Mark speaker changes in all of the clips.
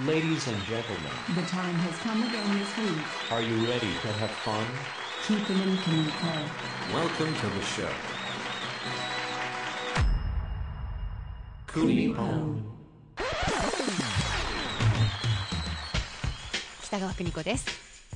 Speaker 1: Ladies and gentlemen,
Speaker 2: The time has come again this week.
Speaker 1: are you ready to have fun?
Speaker 2: Keep it in Kamiko.
Speaker 3: Welcome to the show.
Speaker 1: Kunihon.
Speaker 4: 北川邦子です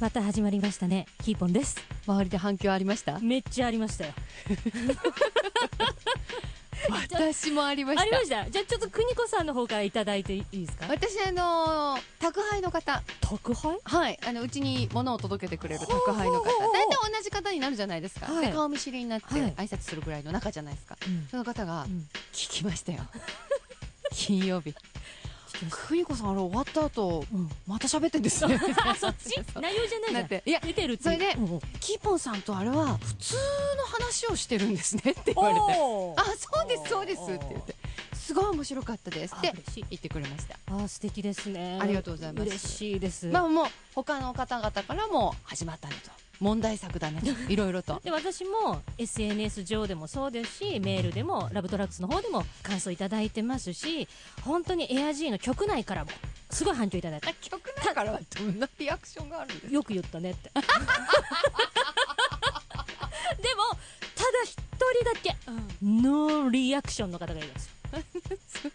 Speaker 5: また始まりましたねキーポンです
Speaker 4: 周りで反響ありました
Speaker 5: めっちゃありましたよ
Speaker 4: 私もありま
Speaker 5: あ
Speaker 4: し
Speaker 5: り
Speaker 4: た
Speaker 5: ましたじゃあちょっと邦子さんの方からいただいていいですか
Speaker 4: 私あのー宅配の方
Speaker 5: 宅配
Speaker 4: はいあのうちに物を届けてくれる宅配の方
Speaker 5: ほうほうほう
Speaker 4: 大体同じ方になるじゃないですか、
Speaker 5: はい
Speaker 4: で顔見知りになって
Speaker 5: はい
Speaker 4: 挨拶するぐらいの仲じゃないですか、
Speaker 5: うん
Speaker 4: その方が
Speaker 5: うん
Speaker 4: 聞きま したよ金曜日邦子さんあれ終わった後
Speaker 5: うん
Speaker 4: また喋ってん ですね
Speaker 5: あそっち内容じゃないじゃ
Speaker 4: だ
Speaker 5: ん
Speaker 4: っていや
Speaker 5: 出てるって
Speaker 4: それで
Speaker 5: うんうん
Speaker 4: キーポンさんとあれは普通の話をしてるんですねって言われて
Speaker 5: おー
Speaker 4: あそうですそうですって言ってすごい面白かったですって
Speaker 5: あ嬉しい
Speaker 4: 言ってくれました
Speaker 5: あ素敵ですね
Speaker 4: ありがとうございます
Speaker 5: 嬉しいです
Speaker 4: まあもう他の方々からも始まったねと問題作だねといろいろと
Speaker 5: で私も SNS 上でもそうですしメールでもラブトラックスの方でも感想いただいてますし本当にエアジーの局内からもすごい反響いただいた
Speaker 4: 曲だからはどんなリアクションがあるんですか
Speaker 5: よく言ったね ってでもただ一人だけノーリアクションの方がいるんですよ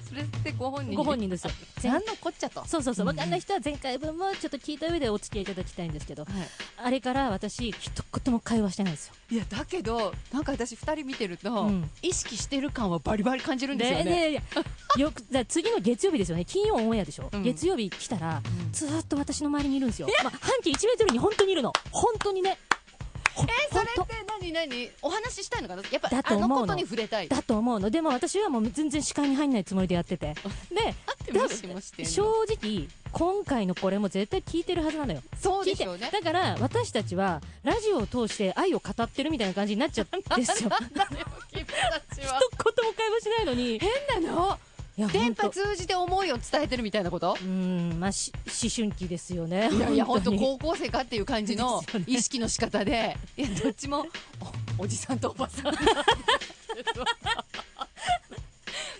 Speaker 4: それってご本人
Speaker 5: ご本人ですよ前
Speaker 4: 何のこっちゃと
Speaker 5: そうそうそう分かんない人は前回分もちょっと聞いた上でお付き合いいただきたいんですけどあれから私一言も会話してないんですよ
Speaker 4: いやだけどなんか私2人見てると、
Speaker 5: うん
Speaker 4: 意識してる感はバリバリ感じるんですよね
Speaker 5: ででいやよくだ次の月曜日ですよね金曜オンエアでしょ、
Speaker 4: うん
Speaker 5: 月曜日来たら、
Speaker 4: うん
Speaker 5: ずーっと私の周りにいるんですよ、まあ、半径1メートルに本当にいるの本当にねえ
Speaker 4: えそれって何何お話ししたいのかなやっぱ
Speaker 5: だ
Speaker 4: あ
Speaker 5: と思
Speaker 4: の
Speaker 5: うの
Speaker 4: ことに触れたい
Speaker 5: だと思うのでも私はもう全然視界に入んないつもりでやっ てて
Speaker 4: あって
Speaker 5: で
Speaker 4: もしもしてんの
Speaker 5: 正直今回のこれも絶対聞いてるはずなのよ
Speaker 4: そう
Speaker 5: 聞
Speaker 4: で
Speaker 5: いて
Speaker 4: しょうね
Speaker 5: だから私たちはラジオを通して愛を語ってるみたいな感じになっちゃった んですよ一
Speaker 4: 君たちは
Speaker 5: 言も会話しないのに
Speaker 4: 変なの
Speaker 5: いや
Speaker 4: 電波
Speaker 5: 本当
Speaker 4: 通じて思いを伝えてるみたいなこと
Speaker 5: うーんまあし思春期ですよね
Speaker 4: いやいや、本当
Speaker 5: に
Speaker 4: 高校生かっていう感じ の
Speaker 5: ですよね
Speaker 4: 意識の仕方で、いや、どっちもおおじさんとおばさん。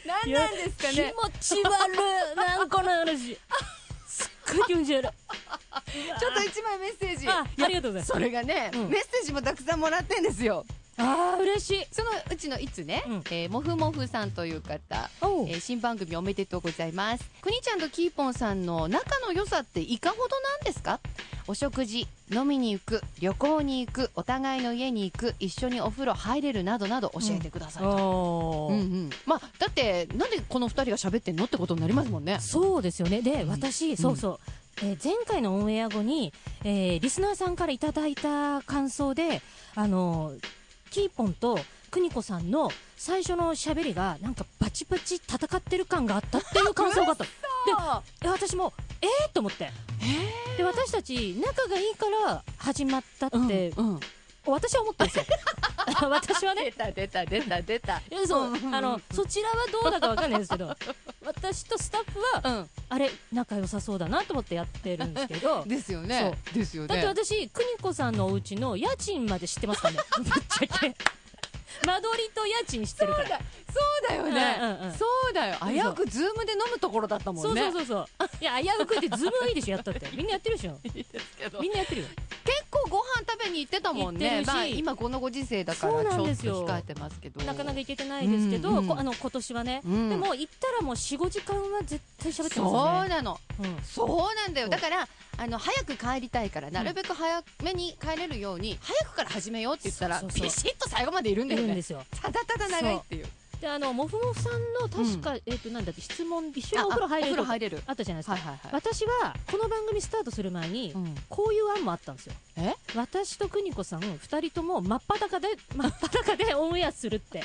Speaker 4: 何なんですかね。
Speaker 5: 気持ち悪いなんか の話すっごい気持ち悪い
Speaker 4: ちょっと一枚メッセージ。
Speaker 5: あありがとうございます
Speaker 4: それがね、
Speaker 5: うん
Speaker 4: メッセージもたくさんもらってんですよ。
Speaker 5: ああ嬉しい
Speaker 4: そのうちのいつね、
Speaker 5: うん
Speaker 4: えーもふもふさんという方、
Speaker 5: おう
Speaker 4: えー新番組おめでとうございます。くにちゃんとキーポンさんの仲の良さっていかほどなんですかお食事、飲みに行く、旅行に行く、お互いの家に行く、一緒にお風呂入れるなどなど教えてくださいと。
Speaker 5: お
Speaker 4: う
Speaker 5: ー
Speaker 4: んうん、まあだってなんでこの二人が喋ってんのってことになりますもんね
Speaker 5: そうですよねで
Speaker 4: うん
Speaker 5: 私、そうそう、えー前回のオンエア後に、えーリスナーさんからいただいた感想であのーキーポンと邦子さんの最初の喋りがなんかバチバチ戦ってる感があったっていう感想があったえ私もえー、と思ってで私たち仲がいいから始まったって、
Speaker 4: うんうん、
Speaker 5: 私は思った んですよ私はね
Speaker 4: 出た出た出た出た
Speaker 5: いやそう
Speaker 4: うんうんうん
Speaker 5: あのそちらはどうだかわかんないですけど私とスタッフ
Speaker 4: う
Speaker 5: は
Speaker 4: ん
Speaker 5: あれ仲良さそうだなと思ってやってるんですけど
Speaker 4: ですよねですよ
Speaker 5: だって
Speaker 4: ね
Speaker 5: 私邦子さんのお家の家賃まで知ってま すからねぶっちゃけ間取りと家賃知ってるから
Speaker 4: そうだよね、
Speaker 5: うんうんうん
Speaker 4: そうだよ危うくズームで飲むところだったもんね
Speaker 5: そうそうそうそういや危うくってズームはいいでしょやっ たってみんなやってるでしょ
Speaker 4: いいですけど
Speaker 5: みんなやってるよ
Speaker 4: 結構ご飯食べに行ってたもん
Speaker 5: 行って
Speaker 4: ね
Speaker 5: る、し
Speaker 4: まあ、今このご時世だか
Speaker 5: そう
Speaker 4: らち
Speaker 5: なん
Speaker 4: ょ
Speaker 5: で
Speaker 4: っ
Speaker 5: すよ
Speaker 4: と控えてますけど
Speaker 5: なかなか行けてないですけど、
Speaker 4: うんうん
Speaker 5: こあの今年はね、
Speaker 4: うん
Speaker 5: でも行ったらもう45時間は絶対喋ってますよ
Speaker 4: そう
Speaker 5: ね
Speaker 4: なの
Speaker 5: うん
Speaker 4: そうなんだ
Speaker 5: そ
Speaker 4: よ
Speaker 5: う
Speaker 4: だからあの早く帰りたいからなるべく早めに帰れるように早くから始めようって言ったら
Speaker 5: そうそうそう
Speaker 4: ビシッと最後までいるんだ
Speaker 5: い
Speaker 4: よ
Speaker 5: るん
Speaker 4: ね
Speaker 5: ですよ
Speaker 4: ただただ長いっていう
Speaker 5: であのモフモフさんの確か、えっ、となんだっけ質問一緒にお風呂入れ
Speaker 4: ああ
Speaker 5: る
Speaker 4: お風呂入れる
Speaker 5: あったじゃないですか、
Speaker 4: はいはいはい
Speaker 5: 私はこの番組スタートする前に、
Speaker 4: うん
Speaker 5: こういう案もあったんですよ
Speaker 4: え
Speaker 5: 私と邦子さん2人とも真っ裸で真っ裸でオンエアするって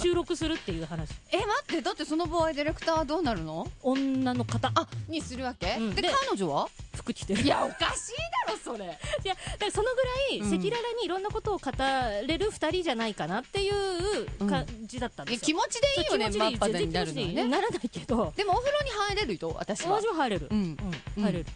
Speaker 5: 収録するっていう話
Speaker 4: え待ってだってその場合ディレクターはどうなるの
Speaker 5: 女の方
Speaker 4: あにするわけ、
Speaker 5: うん
Speaker 4: で
Speaker 5: で
Speaker 4: 彼女は
Speaker 5: 服着てる
Speaker 4: いやおかしいだろそれ
Speaker 5: いやだからそのぐらい
Speaker 4: うん
Speaker 5: 赤裸々にいろんなことを語れる2人じゃないかなっていう感じだった
Speaker 4: い
Speaker 5: んで
Speaker 4: や
Speaker 5: す
Speaker 4: 気
Speaker 5: よ、
Speaker 4: 持ちでいいよね
Speaker 5: そう気持ち
Speaker 4: マ
Speaker 5: で
Speaker 4: ッパでになるのは
Speaker 5: 絶対気持ちでいい
Speaker 4: ね
Speaker 5: ならないけど
Speaker 4: でもお風呂に入れるよ私は
Speaker 5: 私も入れる、
Speaker 4: うん
Speaker 5: うん、入れる、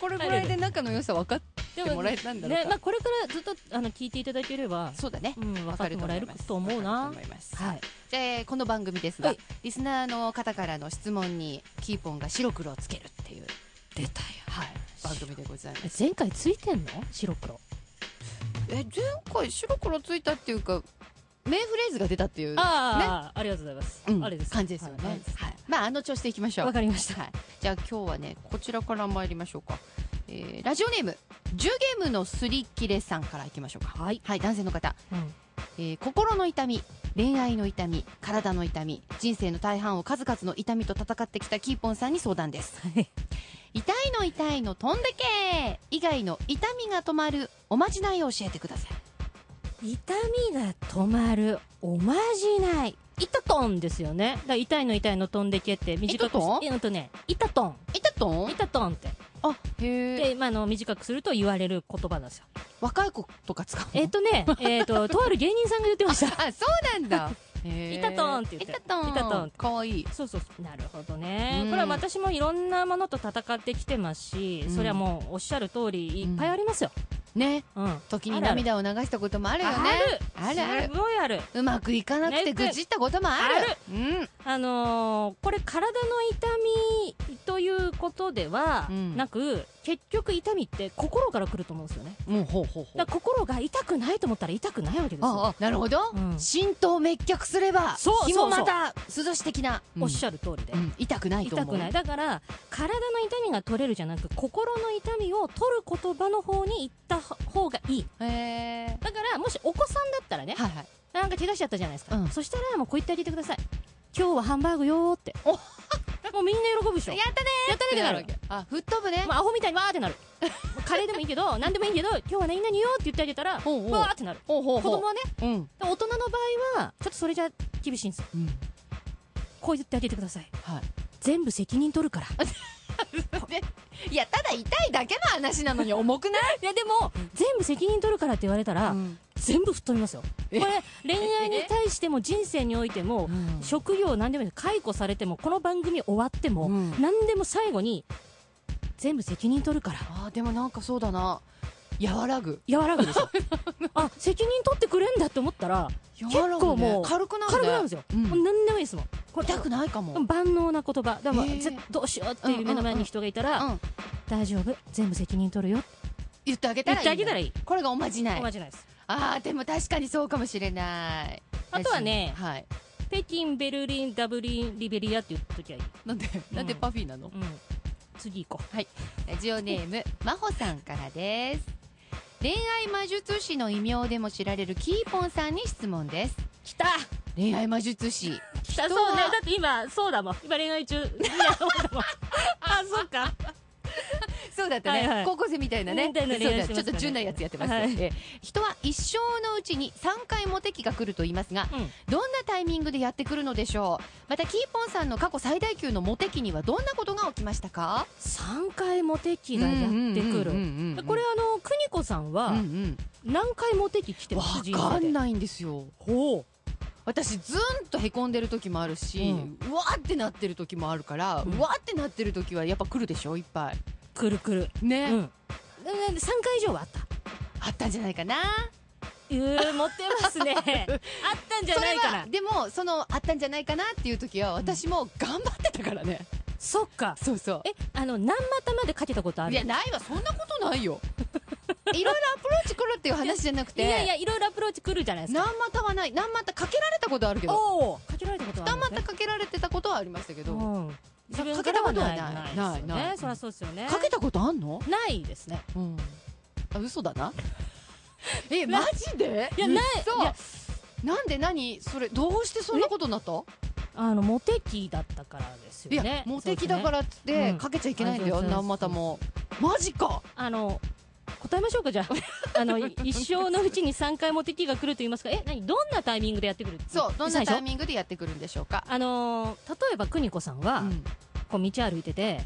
Speaker 4: これぐらいで仲の良さ分かっ
Speaker 5: で
Speaker 4: てもらえたんだろう
Speaker 5: ね
Speaker 4: か、
Speaker 5: まあ、これからずっとあの聞いていただければ、
Speaker 4: そうだね
Speaker 5: うん、分かってもらえると思うな
Speaker 4: 分かると思います
Speaker 5: はい、
Speaker 4: じゃあえーこの番組ですが、
Speaker 5: はい
Speaker 4: リスナーの方からの質問にキーポンが白黒をつけるっていう
Speaker 5: 出たよ
Speaker 4: はい、番組でございます
Speaker 5: 前回ついてんの白黒
Speaker 4: え前回白黒ついたっていうか名フレーズが出たっていう
Speaker 5: ああ、ありがとうございます、
Speaker 4: うん
Speaker 5: あれです
Speaker 4: 感じですよね、
Speaker 5: は
Speaker 4: はいいまああの調子でいきましょう
Speaker 5: わかりました
Speaker 4: はい、じゃあ今日はねこちらから参りましょうか、えーラジオネーム10ゲームのすり切れさんからいきましょうか
Speaker 5: はい、
Speaker 4: はい男性の方、
Speaker 5: うん
Speaker 4: えー心の痛み恋愛の痛み体の痛み人生の大半を数々の痛みと戦ってきたキーポンさんに相談です
Speaker 5: はい
Speaker 4: 痛いの痛いの飛んでけ以外の痛みが止まるおまじないを教えてください
Speaker 5: 痛みが止まるおまじない痛トンですよねだから痛いの痛いの飛んでけって短く
Speaker 4: 痛トン
Speaker 5: えうんとね痛トン
Speaker 4: 痛っとん
Speaker 5: 痛トンって
Speaker 4: あへえ
Speaker 5: で、まあ、あの短くすると言われる言葉なんですよ
Speaker 4: 若い子とか使うの
Speaker 5: えっ、とねえっととある芸人さんが言ってました
Speaker 4: あ、そうなん だ。い
Speaker 5: いたとんって言って
Speaker 4: いたとん。
Speaker 5: いたとん
Speaker 4: かわいい。
Speaker 5: そうそうそうなるほどね、
Speaker 4: うん
Speaker 5: これは私もいろんなものと戦ってきてますし、
Speaker 4: うん
Speaker 5: それはもうおっしゃる通りいっぱいありますよ、
Speaker 4: ね。
Speaker 5: うん
Speaker 4: 時に涙を流したこともあるよね。
Speaker 5: あ
Speaker 4: あ
Speaker 5: る
Speaker 4: る
Speaker 5: あ
Speaker 4: ある
Speaker 5: るすごいある
Speaker 4: うまくいかなくて
Speaker 5: ね
Speaker 4: 愚痴ったこともある。うん。
Speaker 5: あのーこれ体の痛みということでは
Speaker 4: うん
Speaker 5: なく、結局痛みって心から来ると思うんですよね
Speaker 4: もうほうほうほ
Speaker 5: だから心が痛くないと思ったら痛くないわけですよ
Speaker 4: ああ、なるほど
Speaker 5: うん。
Speaker 4: 浸透滅却すれば、
Speaker 5: そうそう
Speaker 4: 日
Speaker 5: そう
Speaker 4: もまた、涼し的な。
Speaker 5: おっし
Speaker 4: ゃ
Speaker 5: ゃる通りで、
Speaker 4: 痛くないと
Speaker 5: 痛
Speaker 4: 思う。
Speaker 5: くないだから体の痛みが取れるじゃなく心の痛みを取る言葉の方に行った方がいい
Speaker 4: へえ。
Speaker 5: だからもしお子さんだったらね
Speaker 4: はいはい。
Speaker 5: なんか怪我しちゃったじゃないですか、
Speaker 4: うん
Speaker 5: そしたらもうこう言ってあげてください今日はハンバーグよーってもうみんな喜ぶでしょ
Speaker 4: やったね
Speaker 5: やったねってなる
Speaker 4: わけ。あ、吹っ飛ぶね
Speaker 5: ま。あ、アホみたいにわーってなる カレーでもいいけど何でもいいけど今日は何々よーって言ってあげたら
Speaker 4: ほうほう
Speaker 5: わーってなる
Speaker 4: ほうほう
Speaker 5: 子
Speaker 4: ほう。
Speaker 5: 供はね
Speaker 4: うん。
Speaker 5: 大人の場合はちょっとそれじゃ厳しいんですよ
Speaker 4: うん。
Speaker 5: こう言ってあげてください
Speaker 4: はい。
Speaker 5: 全部責任取るから
Speaker 4: いや、ただ痛いだけの話なのに重くない
Speaker 5: いやでも全部責任取るからって言われたら、
Speaker 4: うん
Speaker 5: 全部吹っ飛びますよこれ
Speaker 4: え
Speaker 5: 恋愛に対しても人生においても、
Speaker 4: うん
Speaker 5: 職業何でもいい解雇されてもこの番組終わっても、
Speaker 4: うん
Speaker 5: 何でも最後に全部責任取るから
Speaker 4: あーでもなんかそうだな和らぐ
Speaker 5: 和らぐでしょ あ責任取ってくれんだって思ったら
Speaker 4: 結
Speaker 5: 構もう
Speaker 4: 軽くなるね
Speaker 5: 軽くなるんですよ、
Speaker 4: うん
Speaker 5: もう何でもいいですもんこれ
Speaker 4: 痛くないかも、
Speaker 5: 万能な言葉だから
Speaker 4: へー
Speaker 5: ぜどうしようっていう目の前に人がいたら、
Speaker 4: うん
Speaker 5: 大丈夫全部責任取るよ
Speaker 4: 言ってあげたらいいんだ
Speaker 5: 言ってあげたらいい
Speaker 4: これがおまじない
Speaker 5: おまじないです
Speaker 4: あーでも確かにそうかもしれない
Speaker 5: あとはね
Speaker 4: はい
Speaker 5: 北京ベルリンダブリンリベリアって言っときゃいい、
Speaker 4: なんでなんでパフィーなの、
Speaker 5: うん、次行こ
Speaker 4: ラジオネームまほさんからです恋愛魔術師の異名でも知られるキーポンさんに質問です
Speaker 5: う来た
Speaker 4: 恋愛魔術 師
Speaker 5: 来た
Speaker 4: 人
Speaker 5: そう
Speaker 4: は
Speaker 5: ねだって今そうだもん今恋愛 中いやそうだもんあそうか
Speaker 4: そうだったね、
Speaker 5: はいはい
Speaker 4: 高校生みたいなね
Speaker 5: みたいな恋
Speaker 4: そう
Speaker 5: 愛
Speaker 4: だ
Speaker 5: して
Speaker 4: ち
Speaker 5: ま
Speaker 4: ょ
Speaker 5: す
Speaker 4: っと
Speaker 5: からね
Speaker 4: 純なやつやってます、
Speaker 5: はい
Speaker 4: えー人は一生のうちに3回も敵が来ると言いますが
Speaker 5: うん
Speaker 4: どんなタイミングでやってくるのでしょうまたキーポンさんの過去最大級のモテ期にはどんなことが起きましたか
Speaker 5: 3回モテ期がやってくるこれあの邦子さん
Speaker 4: うんう
Speaker 5: は
Speaker 4: ん
Speaker 5: 何回モテ期来てます
Speaker 4: 分かん
Speaker 5: い
Speaker 4: ないんですよ
Speaker 5: ほ
Speaker 4: 私ずんとへこんでる時もあるし、
Speaker 5: う
Speaker 4: うんわーってなってる時もあるから、
Speaker 5: う
Speaker 4: うんわーってなってる時はやっぱ来るでしょいっぱいう
Speaker 5: くるくるう
Speaker 4: ね、
Speaker 5: ん3回以上はあった
Speaker 4: あったんじゃないかな
Speaker 5: うーモテます ねあったんじゃないかな
Speaker 4: それはでもそのあったんじゃないかなっていう時は私も頑張ってたからね、
Speaker 5: そっか
Speaker 4: そうそう
Speaker 5: えあの何股までかけたことある
Speaker 4: いやないわそんなことないよいろいろアプローチ来るっていう話じゃなく
Speaker 5: い
Speaker 4: て
Speaker 5: やいやいろいろアプローチ来るじゃないですか
Speaker 4: 何股はない何股かけられたことあるけど
Speaker 5: おおかけられたことはあ
Speaker 4: 二
Speaker 5: るんですね
Speaker 4: 股かけられてたことはありましたけど、
Speaker 5: うん、自分か
Speaker 4: からけた
Speaker 5: は
Speaker 4: ことは
Speaker 5: な
Speaker 4: ないい
Speaker 5: な
Speaker 4: な
Speaker 5: いですよ
Speaker 4: い
Speaker 5: ね
Speaker 4: ない
Speaker 5: そりゃそうですよね
Speaker 4: かけたことあんの、
Speaker 5: ないですね
Speaker 4: うん、あ嘘だ なえ
Speaker 5: な
Speaker 4: マジで
Speaker 5: いやない
Speaker 4: 嘘
Speaker 5: いや
Speaker 4: なんで何それどうしてそんなことになった
Speaker 5: あのモテ期だったからです
Speaker 4: い
Speaker 5: よ
Speaker 4: や、
Speaker 5: ね
Speaker 4: モテ期だからっつっ
Speaker 5: そうですね
Speaker 4: て、
Speaker 5: うん
Speaker 4: かけちゃいけないんだよ
Speaker 5: あそうそうそう
Speaker 4: 何股もマジか
Speaker 5: あの答えましょうかじゃ ああのい一生のうちに3回モテ期が来ると言いますかえ何どんなタイミングでやってくる
Speaker 4: そうどんなタイ
Speaker 5: ング
Speaker 4: ミングでやってくるんでしょうか、
Speaker 5: あのー例えば邦子さんは、
Speaker 4: うん、
Speaker 5: こう道歩いてて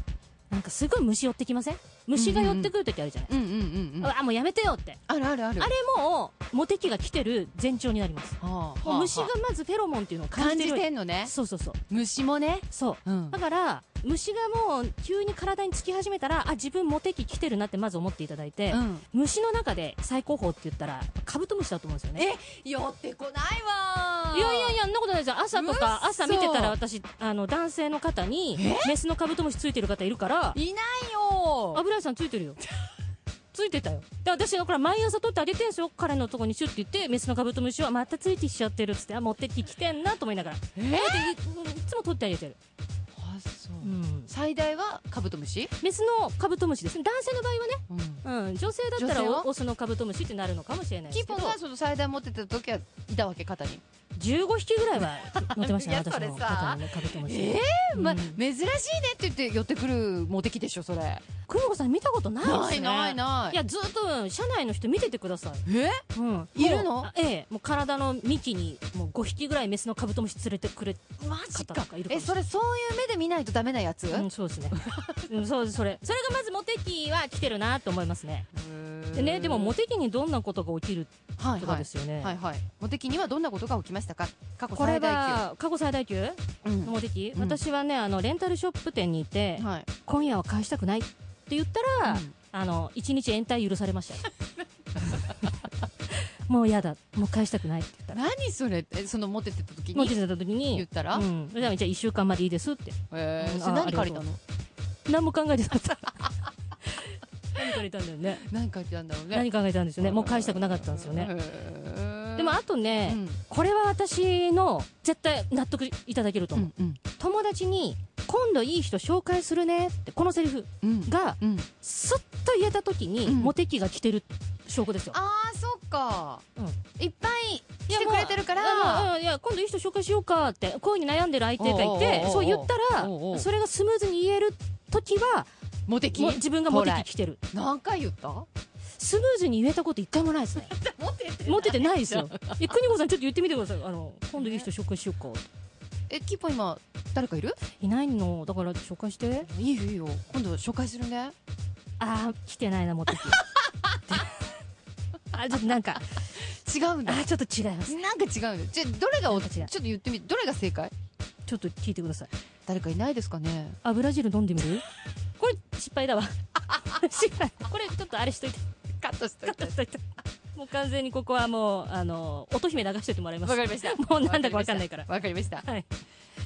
Speaker 5: なんかすごい虫寄ってきません虫が寄ってくる時あるじゃない、
Speaker 4: うんうんうんうん
Speaker 5: あもうやめてよって
Speaker 4: あるあるある
Speaker 5: あれもモテ期が来てる前兆になります
Speaker 4: はあ
Speaker 5: もう虫がまずフェロモンっていうのを感
Speaker 4: 感
Speaker 5: じて
Speaker 4: じ
Speaker 5: る
Speaker 4: てんのね
Speaker 5: そうそうそう
Speaker 4: 虫もね、
Speaker 5: そう
Speaker 4: うん
Speaker 5: だ、から虫がもう急に体につき始めたらあ自分モテ期来てるなってまず思っていただいて、
Speaker 4: うん
Speaker 5: 虫の中で最高峰って言ったらカブトムシだと思うんですよね
Speaker 4: 寄ってこないわ
Speaker 5: いやいやいやそんなことないですよ朝とか
Speaker 4: 嘘
Speaker 5: 朝見てたら私あの男性の方にメスのカブトムシついてる方いるから
Speaker 4: いない
Speaker 6: おー
Speaker 5: 油絵さんついてるよついてたよで私だから毎朝取ってあげてんすよ彼のとこにシュッて言ってメスのカブトムシはまたついてきちゃってるっつってあ持ってきてんなと思いながらえー、っていいつも取ってあげてる、、
Speaker 4: あそううん最大はカブトムシ、
Speaker 5: メスのカブトムシですね男性の場
Speaker 4: うん、
Speaker 5: 合はね、うん、女性だった
Speaker 4: 女性
Speaker 5: ら
Speaker 4: は
Speaker 5: オスのカブトムシってなるのかもしれないで
Speaker 4: キー
Speaker 5: すけ
Speaker 4: ポ
Speaker 5: ど
Speaker 4: ンがその最大持ってた時はいたわけ肩に
Speaker 5: 15匹ぐらいは乗ってましたね
Speaker 4: いや
Speaker 5: 私
Speaker 4: それ
Speaker 5: の
Speaker 4: さ
Speaker 5: 肩にねカブトムシ
Speaker 4: ええまあ
Speaker 5: うん
Speaker 4: 珍しいねって言って寄ってくるモテキでしょそれ
Speaker 5: 邦子さん見たことないです
Speaker 4: な
Speaker 5: ね
Speaker 4: いないない
Speaker 5: いやずっとうん社内の人見ててください
Speaker 4: え
Speaker 5: うん、
Speaker 4: いるの
Speaker 5: もうあええもう体の幹にもう5匹ぐらいメスのカブトムシ連れてくれ
Speaker 4: マジ
Speaker 5: 方
Speaker 4: か
Speaker 5: とかいるか
Speaker 4: え
Speaker 5: もし
Speaker 4: そ
Speaker 5: れない
Speaker 4: れそういう目で見ないとダメなやつ、
Speaker 5: うん、そうで すね、うん、そうですそれそれがまずモテ期は来てるなと思いますねでねでもモテ期にどんなことが起きる
Speaker 4: はい
Speaker 5: とか
Speaker 4: は
Speaker 5: で
Speaker 4: い
Speaker 5: すよね、
Speaker 4: はいはいモテキにはどんなことが起きましたか過去
Speaker 5: これ
Speaker 4: 最大
Speaker 5: は過去最大級
Speaker 4: 級、うん
Speaker 5: のモテ期、
Speaker 4: うん
Speaker 5: 私はねあのレンタルショップ店にいて、
Speaker 4: はい
Speaker 5: 今夜は返したくないって言ったら、
Speaker 4: うん
Speaker 5: あの1日延滞許されましたよ もう嫌だもう返したくないって言ったら
Speaker 4: 何それえそのモテてた時
Speaker 5: 持
Speaker 4: に
Speaker 5: ってた時に
Speaker 4: 言ったら
Speaker 5: うん、じゃあ1週間までいいですって
Speaker 4: えー
Speaker 5: うん
Speaker 4: それ
Speaker 5: あ
Speaker 4: 何借りたの
Speaker 5: 何も考えてなかった 何かれたんだよね
Speaker 4: 何借りたんだろうね
Speaker 5: 何考えたんですよねもう返したくなかったんですよね
Speaker 4: へー
Speaker 5: でもあとね、
Speaker 4: うん
Speaker 5: これは私の絶対納得いただけると
Speaker 4: う
Speaker 5: 思う、
Speaker 4: んうん
Speaker 5: 友達に「今度いい人紹介するね」ってこのセリフ
Speaker 4: うん
Speaker 5: が
Speaker 4: うん
Speaker 5: すっと言えた時に、
Speaker 4: うん
Speaker 5: モテ期が来てる証拠ですよ
Speaker 4: あーそっか、
Speaker 5: う
Speaker 4: いっぱい
Speaker 5: いや
Speaker 4: 来てくれてるから
Speaker 5: もううんいや今度いい人紹介しようかって恋に悩んでる相手がい
Speaker 4: おうおうおうお
Speaker 5: て
Speaker 4: う
Speaker 5: そう言った
Speaker 4: おうお
Speaker 5: ら
Speaker 4: う
Speaker 5: それがスムーズに言える時は
Speaker 4: モテ期
Speaker 5: もう自分がモテ期来てる
Speaker 4: 何回言った
Speaker 5: スムーズに言えたこと一回もないです ね
Speaker 4: モテて
Speaker 5: モテてないですよ え邦子さんちょっと言ってみてくださいあの今度いい人紹介しようか
Speaker 4: えキーポン今誰かいる
Speaker 5: いないのだから紹介して
Speaker 4: いいよいいよ今度紹介するね
Speaker 5: ああ来てないなモテ期 あちょっとなん か
Speaker 4: 違うんだ
Speaker 5: あーちょっと違います
Speaker 4: なんか違うんだじゃどれがお
Speaker 5: なん
Speaker 4: ちょ
Speaker 5: か違う
Speaker 4: っと言ってみてどれが正解
Speaker 5: ちょっと聞いてください
Speaker 4: 誰かいないですかね
Speaker 5: 油汁飲んでみるこれ失敗だわ 失敗これちょっとあれしといて
Speaker 4: カットして
Speaker 5: カットしといて もう完全にここはもうあの乙姫流しといてもらいます
Speaker 4: わかりました
Speaker 5: もうなんだかわかんないから
Speaker 4: わかりました
Speaker 5: はい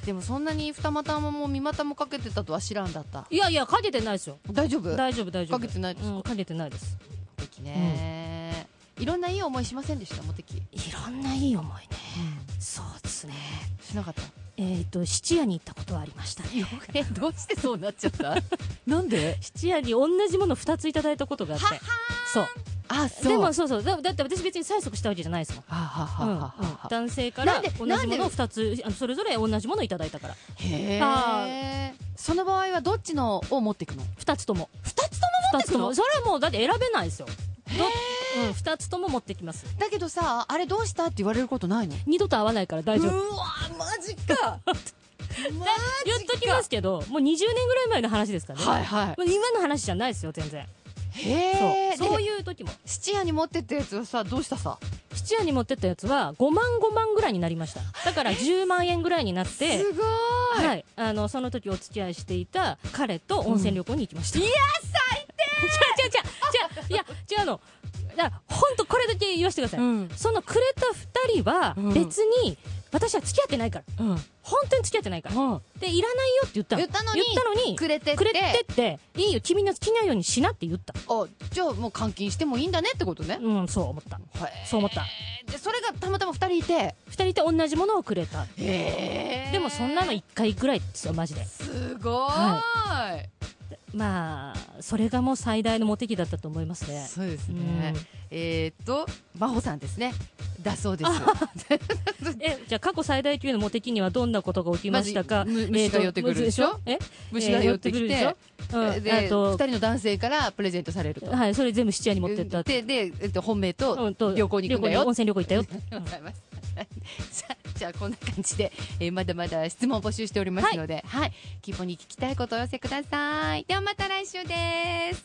Speaker 4: でもそんなに二股も三股もかけてたとは知らんだった
Speaker 5: いやいやかけてないですよ
Speaker 4: 大丈夫
Speaker 5: 大丈夫大丈夫
Speaker 4: かけてないですか
Speaker 5: うんかけてないです
Speaker 4: モテ期ね、いろんないい思いしませんでしたモテ期
Speaker 5: いろんないい思いねそうですね
Speaker 4: しなかった
Speaker 5: えっ、と質屋に行ったことはありましたね
Speaker 4: えどうしてそうなっちゃったなんで
Speaker 5: 質屋に同じもの2ついただいたことがあってそう
Speaker 4: あそう
Speaker 5: でもそうそうだだって私別に催促したわけじゃないですもん
Speaker 4: はあはあはあ
Speaker 5: うん
Speaker 4: はあはあ
Speaker 5: 男性から
Speaker 4: なんで
Speaker 5: 同じもの
Speaker 4: なん
Speaker 5: を
Speaker 4: で
Speaker 5: 2つあのそれぞれ同じものをいただいたから
Speaker 4: へ
Speaker 5: あ
Speaker 4: えその場合はどっちのを持っていくの
Speaker 5: 2つとも
Speaker 4: 二つとも
Speaker 5: 2つともそれはもうだって選べないですよどうん、2つとも持ってきます
Speaker 4: だけどさあれどうしたって言われることないの
Speaker 5: 二度と会わないから大丈夫
Speaker 4: わマジ かマ
Speaker 5: 言っときますけどもう20年ぐらい前の話ですからね、
Speaker 4: はいは
Speaker 5: もう今の話じゃないですよ全然、
Speaker 4: いへえ
Speaker 5: そうそう
Speaker 4: う
Speaker 5: いう時も
Speaker 4: 質屋に持ってったやつはさどうしたさ
Speaker 5: 質屋に持ってったやつは5万5万ぐらいになりましただから10万円ぐらいになって
Speaker 4: すごい
Speaker 5: はい、あのその時お付き合いしていた彼と温泉旅行に行きました、いや最低 違う違う違う違ういや違うのだから本当これだけ言わせてください、
Speaker 4: ん
Speaker 5: そのくれた2人は
Speaker 4: うん
Speaker 5: 別に私は付き合ってないから
Speaker 4: うん
Speaker 5: 本当に付き合ってないから、でいらないよって言ったの
Speaker 4: 言ったのに
Speaker 5: に
Speaker 4: くれてって
Speaker 5: くれてっていいよ君の好きなようにしなって言った
Speaker 4: あじゃあもう換金してもいいんだねってことね
Speaker 5: うんそう思った
Speaker 4: はい
Speaker 5: そう思った
Speaker 4: でそれがたまたま二人いて
Speaker 5: 2人と同じものをくれた
Speaker 4: へ
Speaker 5: でもそんなの
Speaker 4: い
Speaker 5: 1回ぐらいですよマジです
Speaker 4: ごーい
Speaker 5: まあそれがもう最大のモテ期だったと思いますね
Speaker 4: そうですね、えーっと真帆さんですねだそうです
Speaker 5: うんえじゃあ過去最大級のモテ期にはどんなことが起きましたか
Speaker 4: まずむ
Speaker 5: えーと
Speaker 4: 虫が寄ってくるでしょ
Speaker 5: え
Speaker 4: 虫が寄ってき
Speaker 5: えー寄って
Speaker 4: て、
Speaker 5: くるでしょうん
Speaker 4: で
Speaker 5: あ
Speaker 4: 2
Speaker 5: と
Speaker 4: 人の男性からプレゼントされると、
Speaker 5: はいそれ全部質屋に持ってったって
Speaker 4: でで、えっと、本命
Speaker 5: うん
Speaker 4: と
Speaker 5: と
Speaker 4: 旅行に行くんだ
Speaker 5: 温
Speaker 4: よ
Speaker 5: 泉旅行行ったよ
Speaker 4: ありがとうございます。じゃあじゃあこんな感じで、えーまだまだ質問を募集しておりますので、はい、希望に聞きたいことをお寄せください。ではまた来週です。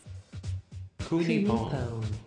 Speaker 1: Kunipon.
Speaker 3: Kunipon.